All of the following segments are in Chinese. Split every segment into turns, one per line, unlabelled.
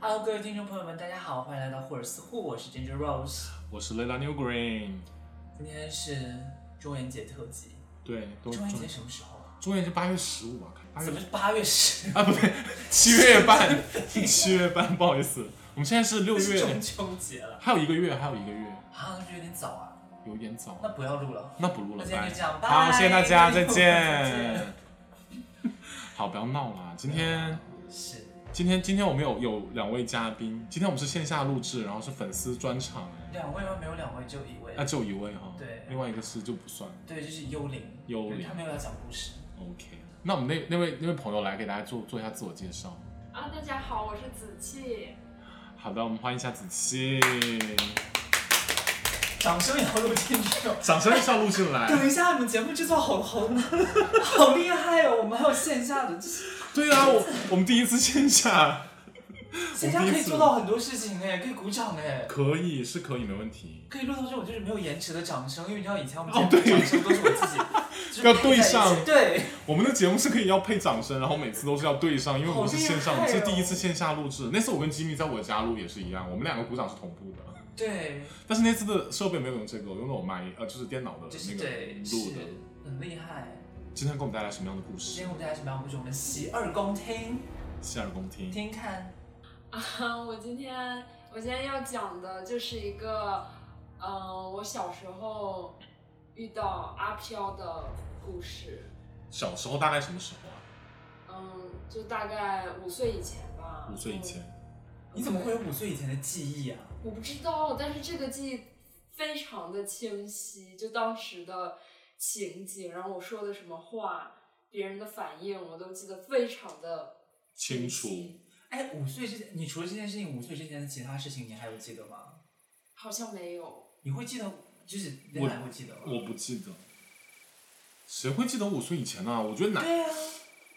Hello，各位听众朋友们，大家好，欢迎来到霍尔斯户，我是 Ginger Rose。
我是 Lela New Green。
嗯今天是中元节特辑，
对，都
中元节
中
什么时候啊？
中元节八月十五啊，八
怎么
月
是八月十？
啊不对，七月半， 七月半，不好意思，我们现在是六
是中
月，
秋节了
还有一个月，还有一个月，
啊，那就有点早啊。
有点早，
那不要录了，
那不录
那
了，
今天
拜
就这。样，
好，
拜
谢谢大家，再
再
见。 好，不要闹啦，今天。
见是
今天今天我们有有两位嘉宾，今天我们是线下录制，然后是粉丝专场，
两位吗？没有两位，只有一位
那。只有一位哈，
对
另外一个是就不算。
对，就是幽灵，
幽灵
对他没有要讲故事。
OK，那我们那那位那位朋友来给大家做做一下自我介绍。
啊，大家好，我是子气。
好的，我们欢迎一下子期，
掌声也要录进去哦。
掌声一下录进来。
等一下，你们节目制作好好好厉害哦！我们还有线下的，就是
对啊，我我们第一次线下，
线下
我们
可
第一
以
次
做到很多事情哎，可以鼓掌哎。
可以是可以，没问题。
可以录到这种就是没有延迟的掌声，因为你知道以前我们
哦
节目掌声都是我自 己，就是
要对上
配在一起 对，
我们的节目是可以要配掌声，然后每次都是要对上，因为我们是线上，
好厉害哦
是第一次线下录制。那次我跟吉米在我家录也是一样，我们两个鼓掌是同步的，
对，
但是那次的设备没有用这个，我用了我麦，呃，就是电脑的
就是
那个
对，
录的
是。很厉害。
今天给我们带来什么样的故
今
事
天？我们大家是蛮不是我们洗耳恭听，
洗耳恭听。
听看
嗯
啊， 我今天我今天要讲的就是一个，嗯、我小时候遇到阿飘的故事。
小时候大概什么时候啊？
嗯，就大概五岁以前吧。
五岁以前。
嗯。
你怎么会有五岁以前的记忆啊？
我不知道，但是这个记忆非常的清晰，就当时的情景，然后我说的什么话，别人的反应，我都记得非常的
清楚
哎，五岁之前，你除了这件事情，五岁之前的其他事情你还有记得吗？
好像没有。
你会记得，就是你
我
还会记得吗？
我不记得，谁会记得五岁以前呢、我觉得哪
对啊，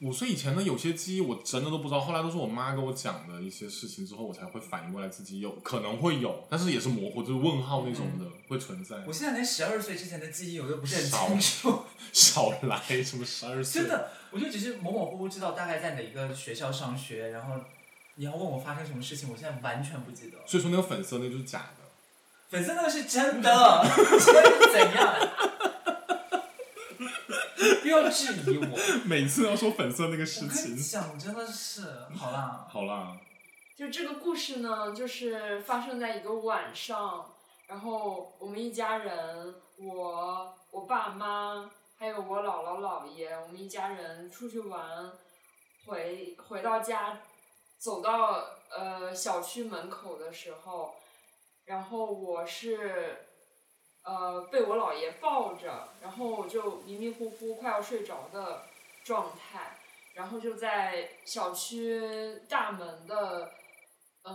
五岁以前的有些记忆我真的都不知道，后来都是我妈跟我讲的一些事情之后，我才会反应过来自己有可能会有，但是也是模糊，就是问号那种的、会存在
我。现在连十二岁之前的记忆我都不是
少
很清楚。
少来什么十二岁，
真的，我就只是模模糊糊知道大概在哪一个学校上学，然后你要问我发生什么事情，我现在完全不记得。
所以说那个粉色那就是假的。
粉色那个是真的，真的 是怎样？不要质疑我，我
每次要说粉色那个事
跟你
情，
讲，真的是好啦，
好啦，
就这个故事呢，就是发生在一个晚上，然后我们一家人，我、我爸妈，还有我姥姥姥爷，我们一家人出去玩，回回到家，走到呃小区门口的时候，然后我是呃被我姥爷抱着，然后我就迷迷糊糊快要睡着的状态。然后就在小区大门的，嗯，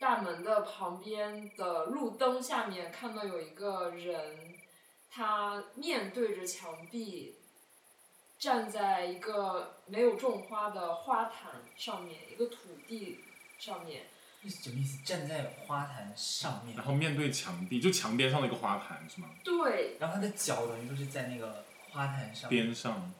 大门的旁边的路灯下面看到有一个人，他面对着墙壁，站在一个没有种花的花坛上面，一个土地上面，
这是什么意思？站在花坛上面
然，后面对墙壁，就墙边上的一个花坛是吗？
对，
然后他的脚等于就是在那个花坛上面，
边上，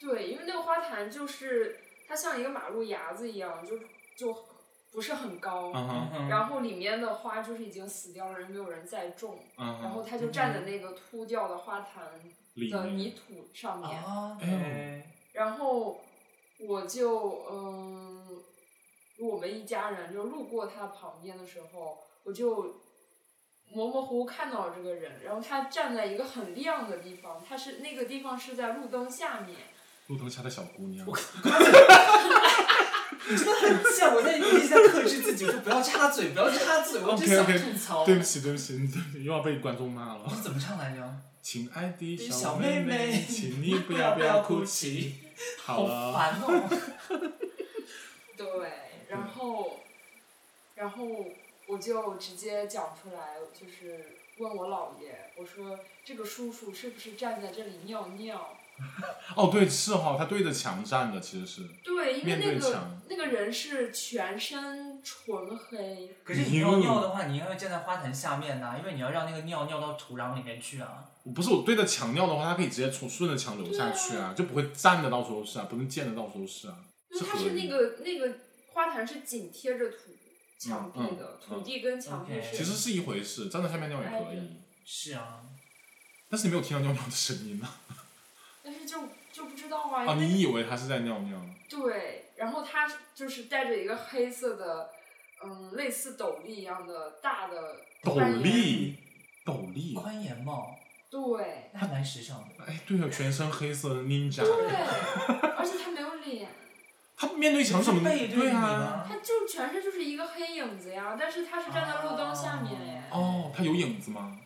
对，因为那个花坛就是它像一个马路牙子一样，就就不是很高，
嗯
嗯
哼，
哼
然后里面的花就是已经死掉了，人没有人再种，
嗯
然后
哼，
他就站在那个秃掉的花坛
里
的泥
面，
土上面，
啊，
哎呦
对
然后我就嗯，我们一家人就路过他旁边的时候，我就模模糊糊看到了这个人，然后他站在一个很亮的地方，他是那个地方是在路灯下面，
路灯下的小姑娘，
你真的很贱，我在一直在克制自己，我说不要插嘴，不要插嘴，我只想
OK，OK，
吐槽。
对不起，对不起，对不起，又要被观众骂了
你。怎么唱来着？
亲爱的
小
小
妹
妹
妹
妹，请你 不要
不
不
要
要
哭
哭
泣
泣。好了，
烦 哦！
对，
嗯
然后，然后我就直接讲出来，就是问我姥爷，我说这个叔叔是不是站在这里尿尿？
哦对，是哈、他对着墙站的，其实是。
对，因为
面对
那个
墙
那个人是全身纯黑，
可
哎
是你尿尿的话，你应该会站在花坛下面呐、因为你要让那个尿尿到土壤里面去啊。
不是我对着墙尿的话，他可以直接从顺着墙流下去啊，就不会站的到处都是啊，不能溅的到处都是啊。
因为
是
他
合
是
理
那个那个花坛是紧贴着土墙壁的，
嗯嗯
土地跟墙壁
OK
是。
其实是一回事，站在下面尿也
哎
可以，
是啊，
但是你没有听到尿尿的声音啊！
但是就就不知道啊，
啊，
因为
你以为他是在尿尿？
对，然后他就是带着一个黑色的，嗯，类似斗笠一样的大的
斗
宽檐，
笠，斗笠，
宽檐帽
对
那还蛮时尚的。
哎，对啊，全身黑色的 ninja，
对，而且他没有脸，
他面对墙怎么能
背对你吗？
啊？
他就全身就是一个黑影子呀，但是他是站在路灯下面耶，
哦，他有影子吗？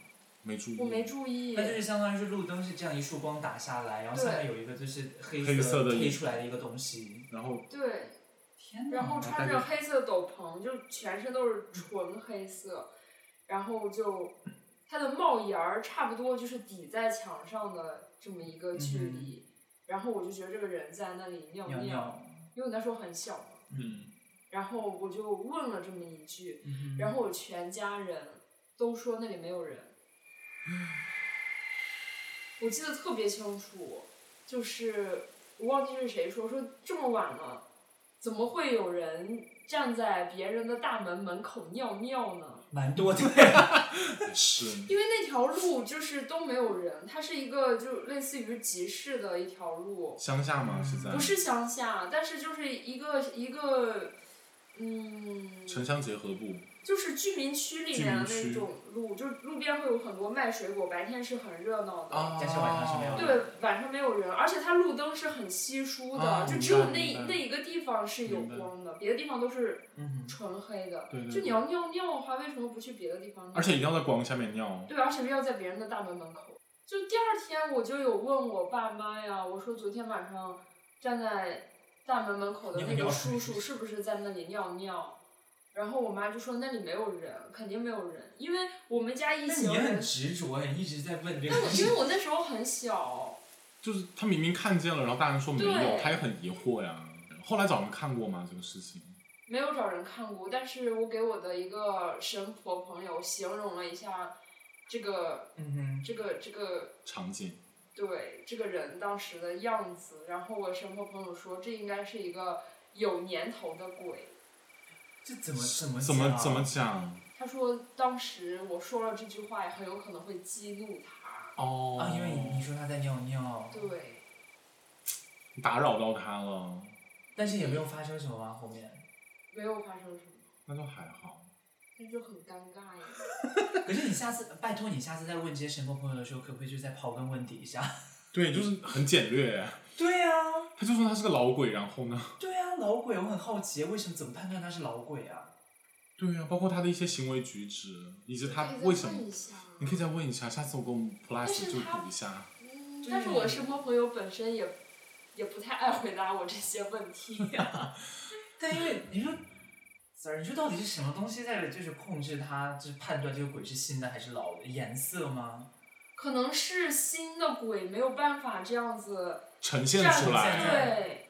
没注意，
我没注意
那，就是相当于是路灯是这样一束光打下来，然后
对
下面有一个就是黑
黑色的
推出来的一个东西。
然后
对，
天哪！
然后穿
大
着
概
黑色斗篷，就全身都是纯黑色，然后就他的帽檐儿差不多就是抵在墙上的这么一个距离，然后我就觉得这个人在那里尿
尿尿，
因为我那时候很小嘛，
嗯，
然后我就问了这么一句，
嗯
然后我全家人都说那里没有人，我记得特别清楚，就是我忘记是谁说说这么晚了，怎么会有人站在别人的大门门口尿尿呢？
蛮多 的。
也是，
因为那条路就是都没有人，它是一个就类似于集市的一条路，
乡下吗？是在
不是乡下，但是就是一个一个，嗯，
城乡结合部，
就是居民区里面的
居民
那
区
种路，就是路边会有很多卖水果，白天是很热闹的。
啊
但是晚哦上是没有的
对，晚上没有人，而且它路灯是很稀疏的，
啊
就
明
只有
白
那
明白
那一个地方是有
明白
光的，别的地方都是
嗯，
纯黑的。
对对
就
对
你要尿尿的话，为什么不去别的地方尿？
而且一定要在光下面尿，哦
对，而且要在别人的大门门口。就第二天我就有问我爸妈呀，我说昨天晚上站在大门门口的
尿
那个
尿
叔叔是不是在那里尿尿？然后我妈就说那里没有人，肯定没有人，因为我们家一
那你
行
也很
人。
执着哎，一直在问这个
但
东
我因
西。
为我那时候很小，
就是他明明看见了，然后大人说没有，
对
他也很疑惑呀。后来找人看过吗？这个事情？
没有找人看过，但是我给我的一个神婆朋友形容了一下这个
嗯哼，
这个这个
场景，
对这个人当时的样子，然后我神婆朋友说，这应该是一个有年头的鬼。
这怎么怎么
怎么
讲
怎么讲？
他说当时我说了这句话，也很有可能会激怒他。
哦，
啊？因为你说他在尿尿，
对，
打扰到他了，
但是也没有发生什么吗？后面？
没有发生什么，
那就还好。
那就很尴尬呀。
可是你下次，拜托你下次在问这些神婆朋友的时候，可不可以就再刨根问底一下？
对，就是很简略。
对呀、
他就说他是个老鬼，然后呢？
对呀、老鬼，我很好奇，为什么怎么判断他是老鬼啊？
对呀、包括他的一些行为举止，以及他
可以再
为什
问
么
一。下啊
你可以再问一下，下次我跟我们 Plus 就补一下。
嗯
对
但是我的神婆朋友本身也也不太爱回答我这些问题。
但因为你说，Sir，你说到底是什么东西在就是控制他，就是判断这个鬼是新的还是老的？颜色吗？
可能是新的鬼没有办法这样子
呈现
站
出来，
对，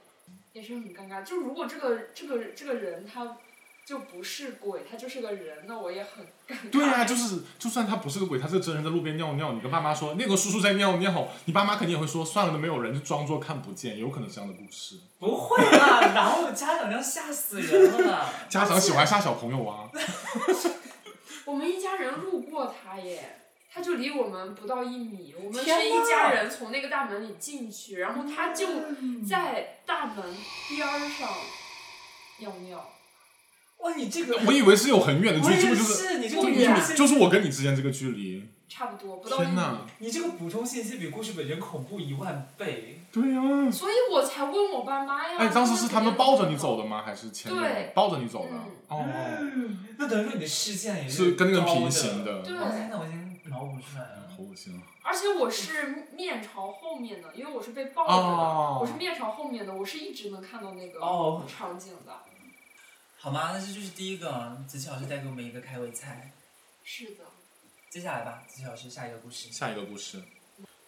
也是很尴尬。就如果这个这个这个人他就不是鬼，他就是个人，那我也很尴尬。
对呀、就是就算他不是个鬼，他是个真人在路边尿尿，你跟爸妈说那个叔叔在尿尿，你爸妈肯定也会说算了都没有人，就装作看不见，有可能是这样的故事。
不会啦，然后家长要吓死人了啦。
家长喜欢吓小朋友啊，
我们一家人路过他耶，他就离我们不到一米，我们
天
是
哪嗯
一家人从那个大门里进去，然后他就在大门边儿上尿尿。
哇，你这个
我以为是有很远的距
我
离，这
也
不就是
是，你这
这
个
不
补
就是
充
你
信
就
息，
是我跟你之间这个距离？
差不多不到一
天
米，
哪，
你这个补充信息比故事本身恐怖一万倍。
对呀、
所以我才问我爸妈呀。
哎，当时是他们抱着你走
的。
的吗？还是牵着
对
你抱着你走的
嗯？
哦哦，
那等于说你的事件也
是跟那个
高
平行
的。
的。哦
对
哇塞，那我已经脑补出来了
好。恶心啊！
而且我是面朝后面的，因为我是被抱着的，
哦，
我是面朝后面的，我是一直能看到那个
哦，
场景的。
好吗？那这就是第一个，子琪老师带给我们一个开胃菜。
是的，
接下来吧，子琪老师下一个故事。
下一个故事，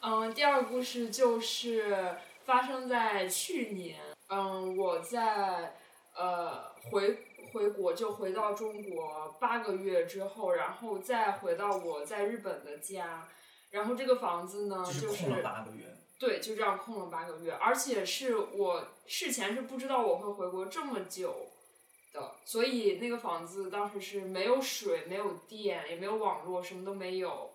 嗯，第二个故事就是发生在去年，嗯，我在呃回回国就回到中国八个月之后，然后再回到我在日本的家，然后这个房子呢
就是
就
空
是
了八个月，
对，就这样空了八个月，而且是我事前是不知道我会回国这么久，的，所以那个房子当时是没有水、没有电、也没有网络，什么都没有。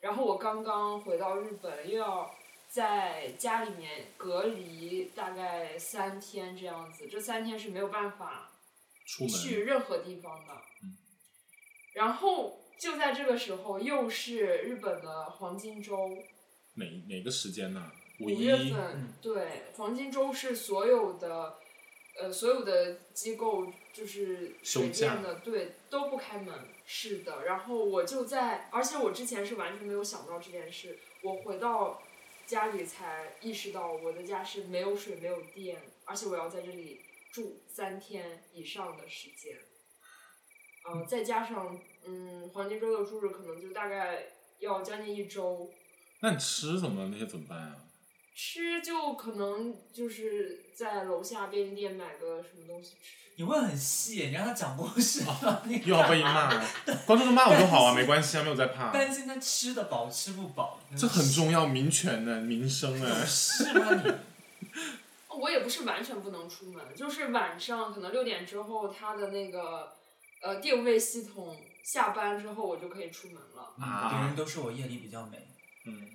然后我刚刚回到日本，又要在家里面隔离大概三天这样子，这三天是没有办法
出门
去任何地方的。
嗯
然后就在这个时候，又是日本的黄金周，
哪哪个时间呢、五
五
一
月份，
嗯
对，黄金周是所有的，呃，所有的机构就是
休
水
假
电的，对，都不开门。是的，然后我就在，而且我之前是完全没有想到这件事，我回到家里才意识到我的家是没有水、没有电，而且我要在这里住三天以上的时间。呃，再加上嗯，黄金周的住日可能就大概要将近一周，
那你吃什么那些怎么办啊？
吃就可能就是在楼下便利店买个什么东西吃。
你问很细，你让他讲故事了，你
又要被 骂，观众就骂我就好啊，没关系啊，没有在怕，
担心他吃得饱吃不饱，
这很重要，民权呢，民生啊呢。
是吗你？
哦我也不是完全不能出门，就是晚上可能六点之后，它的那个呃定位系统下班之后，我就可以出门了。
嗯别人都说我夜里比较美，
嗯，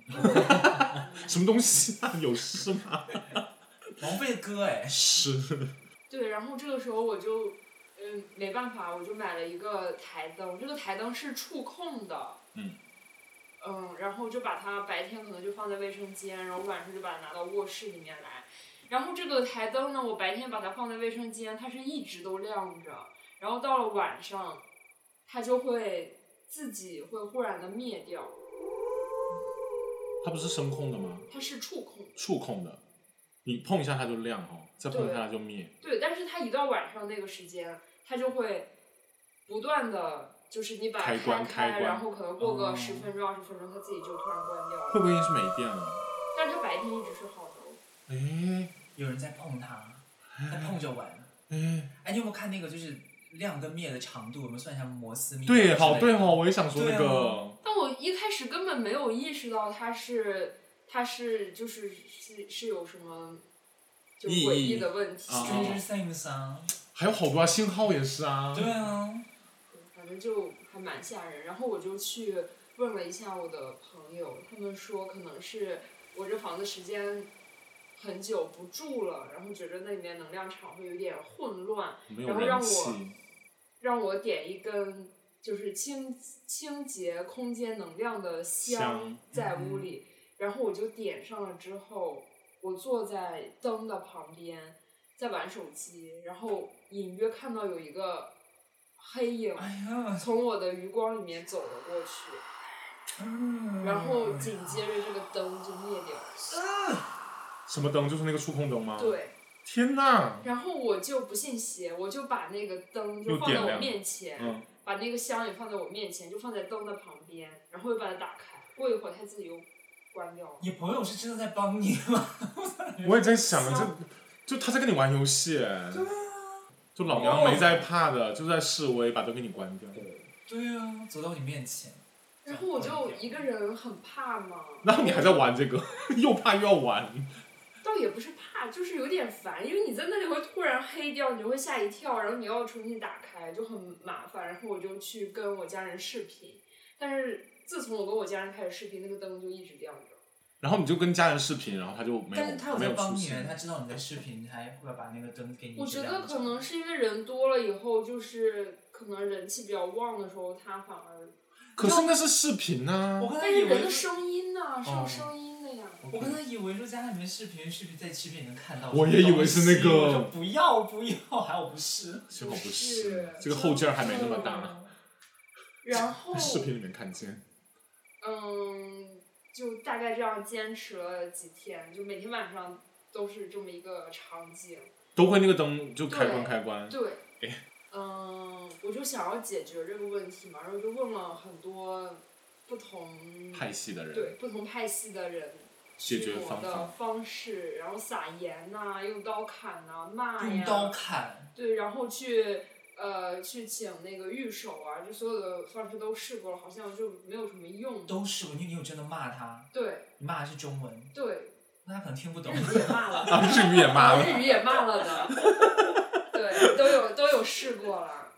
什么东西啊？有事吗？
王菲的歌哎，
是，
对，然后这个时候我就嗯没办法，我就买了一个台灯，这个台灯是触控的。
嗯。
嗯，然后就把它白天可能就放在卫生间，然后晚上就把它拿到卧室里面来。然后这个台灯呢，我白天把它放在卫生间，它是一直都亮着，然后到了晚上，它就会自己会忽然的灭掉，
它不是声控的吗？
它是触控的。
触控的，你碰一下它就亮哦，再碰一下它就灭。
对，但是它一到晚上那个时间，它就会不断的，就是你把它
开
开
关开关
然后可能过个
哦
十分钟、二十、分钟，它自己就突然关掉
会不
了。
会是没电啊了？
但是它白天一直是好的哦。
哎
有人在碰它，在碰着玩。
哎，
哎，你有没有看那个就是亮跟灭的长度？我们算一下摩斯密码之类
对，
的。
好对哦，我也想说
对
那个
啊，
但我一开始根本没有意识到它是，它是就是是是有什么就
意义
诡异的问题，
啊
，Stranger Things 啊，
还有好多啊，信号也是啊。
对啊，
反正就还蛮吓人。然后我就去问了一下我的朋友，他们说可能是我这房子时间很久不住了，然后觉得那里面能量场会有点混乱，
没有
然后让
人
我
气，
让我点一根就是清清洁空间能量的香
香
在屋里，然后我就点上了之后，我坐在灯的旁边在玩手机，然后隐约看到有一个黑影
哎呀，
从我的余光里面走了过去，
嗯
然后紧接着这个灯就灭掉了。
什么灯？就是那个触控灯吗？。
对，
天哪！
然后我就不信邪，我就把那个灯就
又
放在
点
我
亮
面前，
嗯，
把那个箱也放在我面前，就放在灯的旁边，然后又把它打开。过一会儿，它自己又关掉了。
你朋友是真的在帮你吗？
我也在想，
啊
这就他在跟你玩游戏哎，就老娘没在怕的，就在示威，把灯给你关掉。
对啊，走到你面前，
然后
嗯
我就一个人很怕嘛，
然后你还在玩这个， 又怕又要玩，
倒也不是怕，就是有点烦，因为你在那里会突然黑掉，你就会吓一跳，然后你要重新打开，就很麻烦。然后我就去跟我家人视频，但是自从我跟我家人开始视频，那个灯就一直亮着。
然后你就跟家人视频，然后他就没有
但是他有
没
在
有
帮
出
你，他
现。
知道你在视频，他会把那个灯给你
我
一直
觉
亮
得
着。
可能是因为人多了以后，就是可能人气比较旺的时候，它反而，
可是那是视频啊呢、
我刚才
但
以
是
为
人的声音呢、是有
哦
声音的呀。
我刚才以为说家里面视频是不是在视频里能看到什么
我
东西？
也以为是那个
我说不要不要，还有不是。
幸好不
是
是，这个后劲儿还没那么大，
嗯然后
啊
在视频里面看见。
嗯，就大概这样坚持了几天，就每天晚上都是这么一个场景。
都会那个灯就开关
对
开关，
对
哎，
嗯，我就想要解决这个问题嘛，然后就问了很多不同
派系的
对
人
不同派系的人
解
驱
决
魔
方
的
法，
方式，然后撒盐呐、用刀砍呐、骂哎呀，
用刀砍，
对，然后去呃去请那个御手啊，就所有的方式都试过了，好像就没有什么用。
都是我，因为你有真的骂他，
对
你骂的是中文，
对，
那他可能听不懂
日。语也骂了，
啊，日语也骂了，
日语也骂了的，对，都有都有试过了。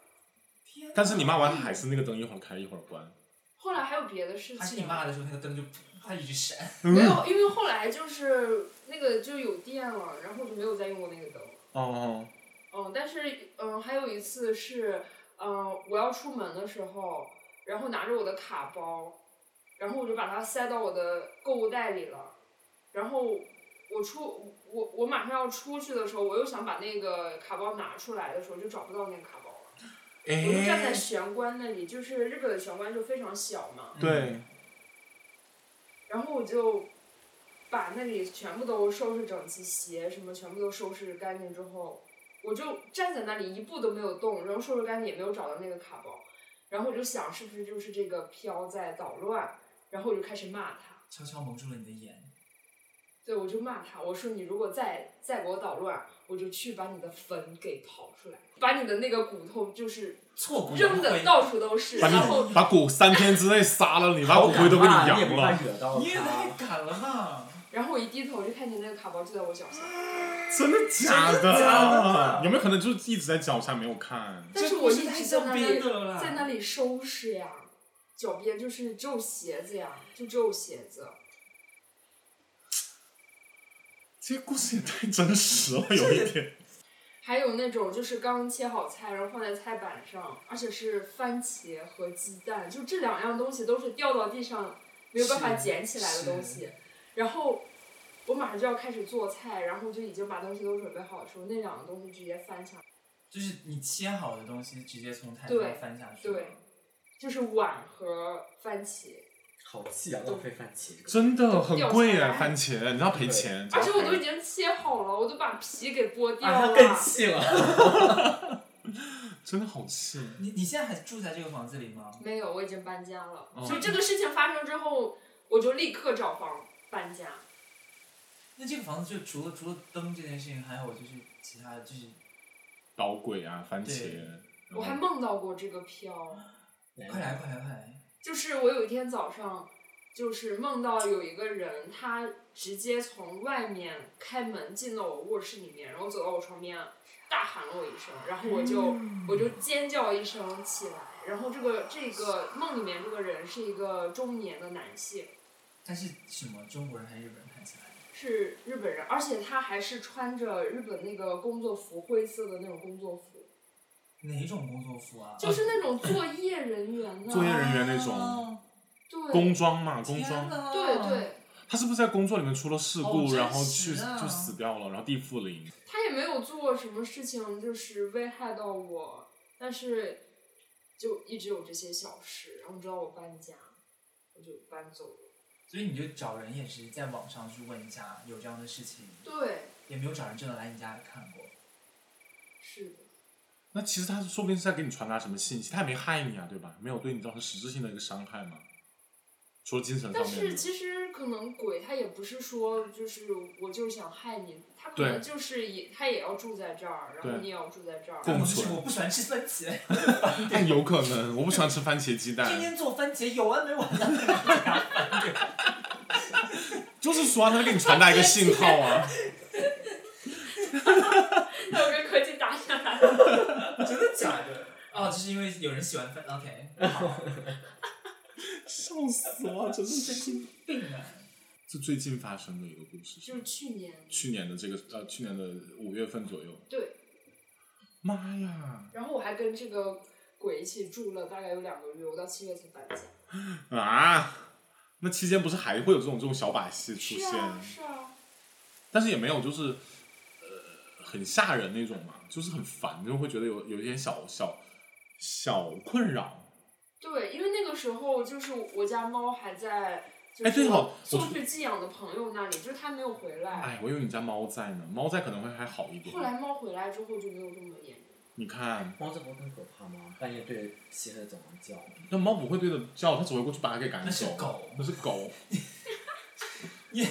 天
但是你骂完还是那个灯一会儿开一会儿关，
后来还有别的事
还是你
情，啊
骂的时候，那个灯就啪一直闪。
没
哦
有，因为后来就是那个就有电了，然后就没有再用过那个灯。
哦，
嗯，但是嗯，还有一次是，嗯，我要出门的时候，然后拿着我的卡包，然后我就把它塞到我的购物袋里了，然后我出我我马上要出去的时候，我又想把那个卡包拿出来的时候，就找不到那个卡包了。我就站在
哎，
玄关那里，就是日本的玄关就非常小嘛，
对，
然后我就把那里全部都收拾整齐，鞋什么全部都收拾干净之后，我就站在那里一步都没有动，然后收拾干净也没有找到那个卡包，然后我就想是不是就是这个飘在捣乱，然后我就开始骂他，
悄悄蒙住了你的眼。
对我就骂他，我说你如果再再给我捣乱，我就去把你的坟给刨出来，把你的那个骨头就是
错过
扔的到处都是，
把
然后
你把骨三天之内杀了你，把
好
骨灰都给
敢骂
扬
也不怕
了。
惹到
你也
他
太敢了吧！
然后我一低头就看见那个卡包就在我脚下。
真的假
真的假的
有没有可能就一直在脚下没有看？
但是
这
我
故事
一
太
直在
像
那
编
里
的了啦。
在那里收拾呀，脚边就是只有鞋子呀，就只有鞋子。
这故事也太真实了，有一点。
还有那种就是刚切好菜，然后放在菜板上，而且是番茄和鸡蛋，就这两样东西都是掉到地上没有办法
是
捡起来的东西。然后我马上就要开始做菜，然后就已经把东西都准备好的时候，那两个东西直接翻下来，
就是你切好的东西直接从台
对
上翻下去。
对，就是碗和番茄。
好气啊！浪费番茄这个，
真的很贵
掉下
哎，
来
番茄，你知道赔钱。
而且我都
真的
已经切好了，我都把皮给剥掉
啊，
了。
他更气 了。
真的好气。
你你现在还住在这个房子里吗？
没有，我已经搬家了。
哦
就这个事情发生之后，我就立刻找房搬家。
那这个房子就除了除了灯这件事情，还有就是其他的，就是
捣鬼啊，番茄
对。
然
我还
后
梦到过这个飘，
快来快来快来！
就是我有一天早上，就是梦到有一个人，他直接从外面开门进到我卧室里面，然后走到我床边，大喊了我一声，然后我就我就尖叫一声起来。然后这个这个梦里面这个人是一个中年的男性，
但是什么中国人还是日本人看起来？
是日本人，而且他还是穿着日本那个工作服，灰色的那种工作服。
哪种工作服啊？
就是那种作业人员呢，
作业人员那种
啊
对
工装嘛，工
天
装。
哪
对对，
他是不是在工作里面出了事
哦
故，
真
然后去
实啊
就死掉了，然后地缚灵？
他也没有做什么事情，就是危害到我，但是就一直有这些小事，然后直到我搬家，我就搬走了。
所以你就找人也是在网上去问一下，有这样的事情，
对，
也没有找人真的来你家看过。
是的，
那其实他说不定是在给你传达什么信息，他也没害你啊，对吧？没有对你造成实质性的一个伤害嘛，除了精神
但
方面
是
的。
其实可能鬼他也不是说就是我就是想害你，他可能就是也他也要住在这儿，然后
对
你也要住在这儿，
我
共
不
存
是我不喜欢吃番茄，
但有可能，我不喜欢吃番茄鸡蛋。
天天做番茄有啊完没完的。
就是说、啊、他在给你传达一个信号啊，
要跟科技打起来。
真的假的？嗯哦，就是因为有人喜欢番，OK，好，
笑死我，真是。
病啊！
是最近发生的一个故事，
就是去年，
去年的这个呃，去年的五月份左右。
对，
妈呀！
然后我还跟这个鬼一起住了大概有两个月，我到七月才搬家。
啊，那期间不是还会有这种这种小把戏出
是
现？
啊，是啊，
但是也没有就是呃很吓人那种嘛，就是很烦，就会觉得有有一点小小小困扰。
对，因为那个时候就是我家猫还在，就
哎对
是
哦我
送
突
去寄养的朋友那里，就是它没有回来。
哎，我以为你家猫在呢，猫在可能会还好一点
后。来猫回来之后就没有这么严重。
你看，
猫这不更可怕吗？半夜对漆黑的走廊叫，
那猫不会对着叫，它只会过去把它给赶
那是
走。
狗
那是狗。
OK，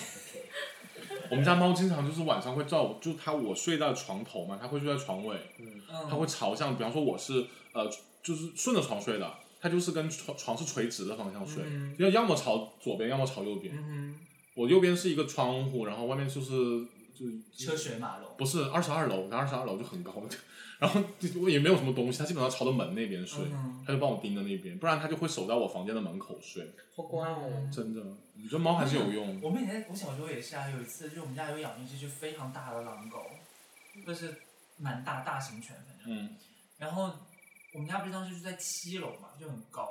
我们家猫经常就是晚上会照，就它我睡在床头嘛，它会睡在床尾，
嗯，
嗯，
它会朝向，比方说我是呃，就是顺着床睡的，它就是跟床床是垂直的方向睡，
嗯
就要么朝左边，要么朝右边。
嗯
我右边是一个窗户，然后外面就是就是
车水马龙。
不是二十二楼，他二十二楼就很高， 然后就我也没有什么东西，他基本上朝着门那边睡，
嗯
他就帮我盯着那边，不然他就会守在我房间的门口睡。
好乖哦，
真的，你觉得猫还是有用？
我们以前我小时候也是啊，有一次就是我们家有养一只就非常大的狼狗，就是蛮大大型犬，反正。
嗯，
然后我们家不是当时住在七楼嘛，就很高。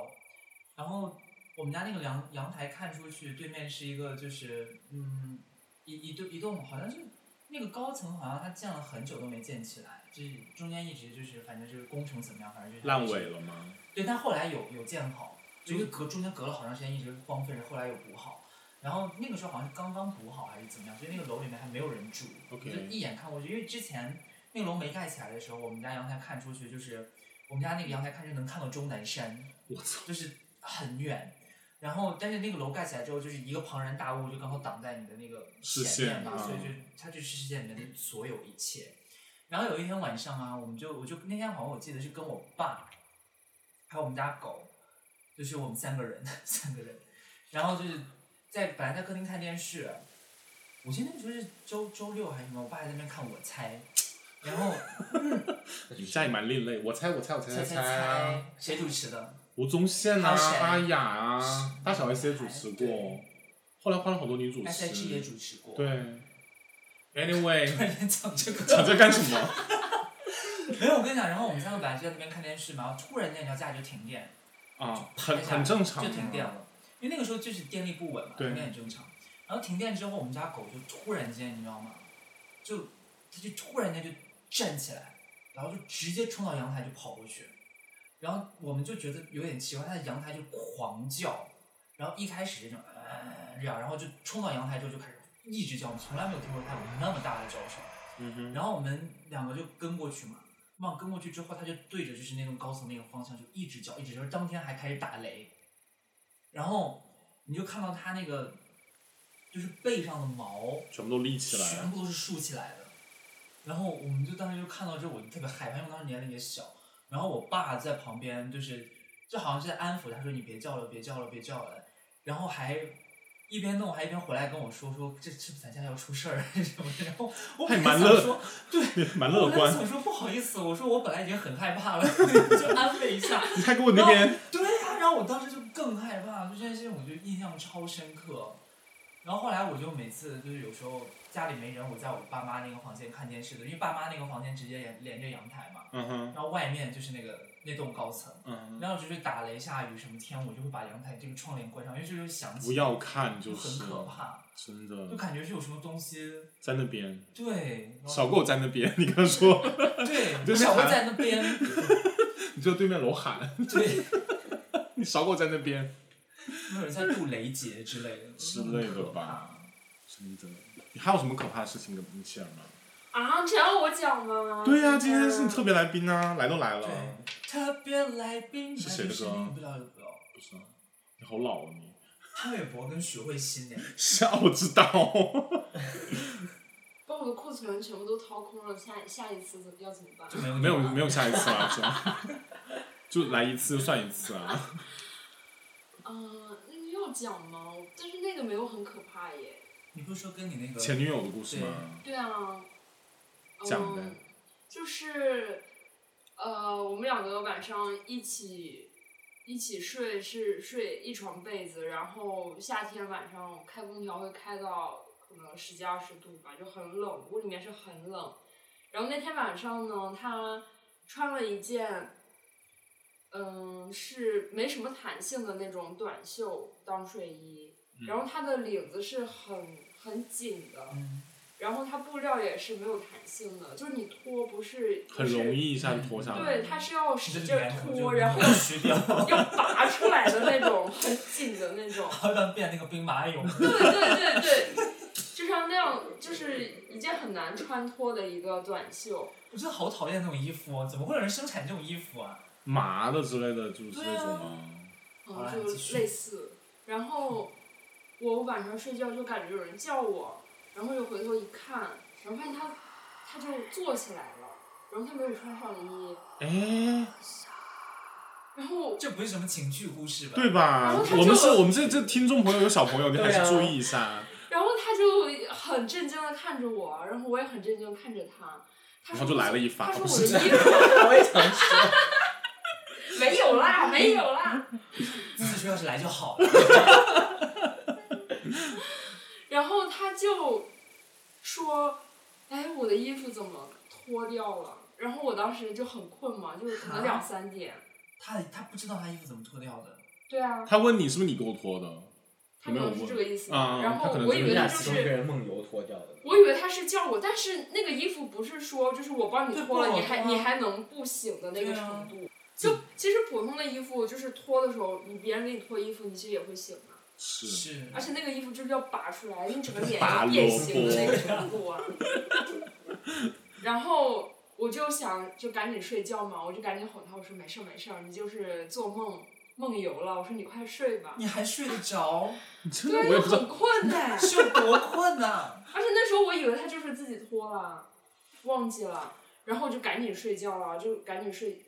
然后我们家那个阳阳台看出去，对面是一个就是嗯一一栋一栋好像是那个高层，好像它建了很久都没建起来，就是中间一直就是反正就是工程怎么样，反正就是
烂尾。了吗？
对，但后来有有建好，就是隔中间隔了好长时间一直荒废着，后来有补好。然后那个时候好像是刚刚补好还是怎么样，所以那个楼里面还没有人住。
OK
就一眼看过去，因为之前那个楼没盖起来的时候，我们家阳台看出去就是我们家那个阳台看就能看到终南山，
我操！
就是很远。然后，但是那个楼盖起来之后，就是一个庞然大物就刚好挡在你的那个
视
前面
线
嘛，
嗯
所以就它就是世界里面的所有一切。然后有一天晚上啊，我们就我就那天好像我记得是跟我爸，还有我们家狗，就是我们三个人 三个人，然后就是在本来在客厅看电视，我记得那个时候是周周六还是什么，我爸还在那边看我猜，然 后
你家也蛮另类，我猜我猜我猜
猜
猜
猜
啊
猜，谁主持的？
吴宗宪
还有
啊
谁，
阿雅啊，大小 S 也主持过
对，
后来换了好多女主
S H 也
持，
主持过。，
对。Anyway，
突然间讲这个，
想在干什么？
没有，我跟你讲，然后我们三个本来就在那边看电视嘛，然后突然间你知道家里就停电，
啊，很很正常，
就停电了，因为那个时候就是电力不稳嘛，
对
停电很正常。然后停电之后，我们家狗就突然间，你知道吗？就它就突然间就站起来，然后就直接冲到阳台就跑过去，然后我们就觉得有点奇怪，它在阳台就狂叫，然后一开始这种、呃、这样，然后就冲到阳台之后就开始一直叫，我们从来没有听过它有那么大的叫声。
嗯哼，
然后我们两个就跟过去嘛，往跟过去之后，他就对着就是那种高层那个方向就一直叫，一直叫，当天还开始打雷，然后你就看到他那个就是背上的毛
全部都立起来
全
了。
部都是竖起来的，然后我们就当时就看到这，我就特别害怕，因为当时年龄也小，然后我爸在旁边就是就好像是在安抚他说你别叫了，别叫了，别叫了，然后还。一边弄还一边回来跟我说说这是不是咱家要出事儿 什么的，然后我
还
本来
蛮
想
乐
说，对，
蛮乐
我当时
观。
我说不好意思，我说我本来已经很害怕了， 就安慰一下。
你还给我那边，
对呀、然后我当时就更害怕，就这件事情我就印象超深刻。然后后来我就每次就是有时候家里没人，我在我爸妈那个房间看电视的，因为爸妈那个房间直接连连着阳台嘛，
嗯哼，
然后外面就是那个那栋高层，
嗯哼，
然后就是打雷下雨什么天，我就会把阳台这个窗帘关上，因为就是想
不
起
要看
就
就是嗯
很可怕，
真
就
的
感觉是有什么东西
在那边，
对，然后
小狗在那边。 你跟他说，
对，
就
我
是
小
喊
会在那 边，
你就对面楼喊，
对。
你小狗在那边
没有人在录雷劫之类的
之类的吧？真的，你还有什么可怕的事情跟米切尔吗？
啊，只要我讲吗？
对呀，今天是你特别来宾啊，来都来了
对。特别来宾
是谁的歌啊
不知道有没有？
不是啊，你好老啊你。
潘玮柏跟许慧欣呢？
是啊，我知道。
把我的库存全部都掏空了，下下一次要怎么办？
就没有
没有没
有。
有下一次了，是吧？ 就来一次就算一次 啊。
嗯、那个要讲吗？但是那个没有很可怕耶。
你不是说跟你那个
前女友的故事吗？
对啊，
嗯讲呗
嗯，就是呃，我们两个晚上一起一起睡是睡一床被子，然后夏天晚上开空调会开到可能十几二十度吧，就很冷，屋里面是很冷。然后那天晚上呢，他穿了一件。嗯，是没什么弹性的那种短袖当睡衣，
嗯
然后它的领子是很很紧的，
嗯
然后它布料也是没有弹性的，就是你脱不是
很容，易一下就脱
不
下
是
来。
对，它是要
你
使
的
劲
脸可能就
脱，然后
虚掉，
要拔出来的那种，很紧的那种。
好像变那个兵马俑。
对对对对， 就像那样，就是一件很难穿脱的一个短袖。
我真的好讨厌那种衣服哦，怎么会有人生产这种衣服啊？
麻的之类的，就是
对
那
啊
种吗？
好啦
嗯，就
继续
类似。然后我晚上睡觉就感觉有人叫我，然后又回头一看，然后发现他他就坐起来了，然后他没有穿上衣，
哎，
然后
这不是什么情趣故事吧？
对吧？
然后他就
我们是，我们这这听众朋友有小朋友，你还
对
是
啊
注意一下。
然后他就很震惊的看着我，然后我也很震惊地看着他。他
然
说
后就
我
来了一发
他说
不
我
是
的衣 服
我也想说，
没有啦，没有啦。
自己说要是来就好了。
然后他就说：“哎，我的衣服怎么脱掉了？”然后我当时就很困嘛，就是可能
啊
两三点。
他他不知道他衣服怎么脱掉的，
对啊，
他问你是不是你给我脱的？
他
有没
可
有
能是
问
这个意思。
啊
然
他
后
可能
我
是
以
你
为
俩
他
其
就
中一个
是，
人梦游脱掉的。
我以为他是叫我，但是那个衣服不是说就是我帮你
对
脱了，
不好
你还
脱啊
你还能不醒的那个
对啊
程度。就其实普通的衣服，就是脱的时候，你别人给你脱衣服，你其实也会醒啊。
是，
是
而且那个衣服就是要拔出来，你整个脸
拔
要
萝
变形的
卜
那个程度啊。然后我就想就赶紧睡觉嘛，我就赶紧哄他，我说没事儿没事儿，你就是做梦梦游了，我说你快睡吧。
你还睡得着，
真的
对，
我也不知道
很困呢、
是有多困啊呐？
而且那时候我以为他就是自己脱了，忘记了，然后我就赶紧睡觉了，就赶紧睡，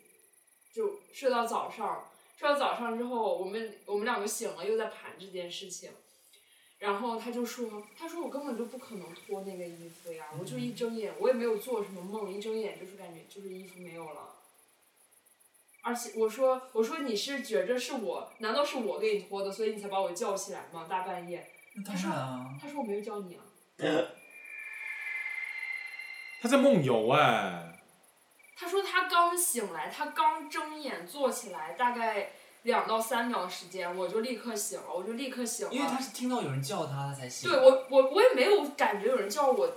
就睡到早上。睡到早上之后，我们我们两个醒了，又在盘这件事情。然后他就说：“他说我根本就不可能脱那个衣服呀，我就一睁眼，我也没有做什么梦，一睁眼就是感觉就是衣服没有了。而且我说我说你是觉着是我，难道是我给你脱的，所以你才把我叫起来吗？大半夜。
那当然啊，
他说我没有叫你啊。”
他在梦游哎，
他说他刚醒来，他刚睁眼坐起来，大概两到三秒的时间，我就立刻醒了，我就立刻醒了。
因为他是听到有人叫他，他才醒。
对我我我也没有感觉有人叫我，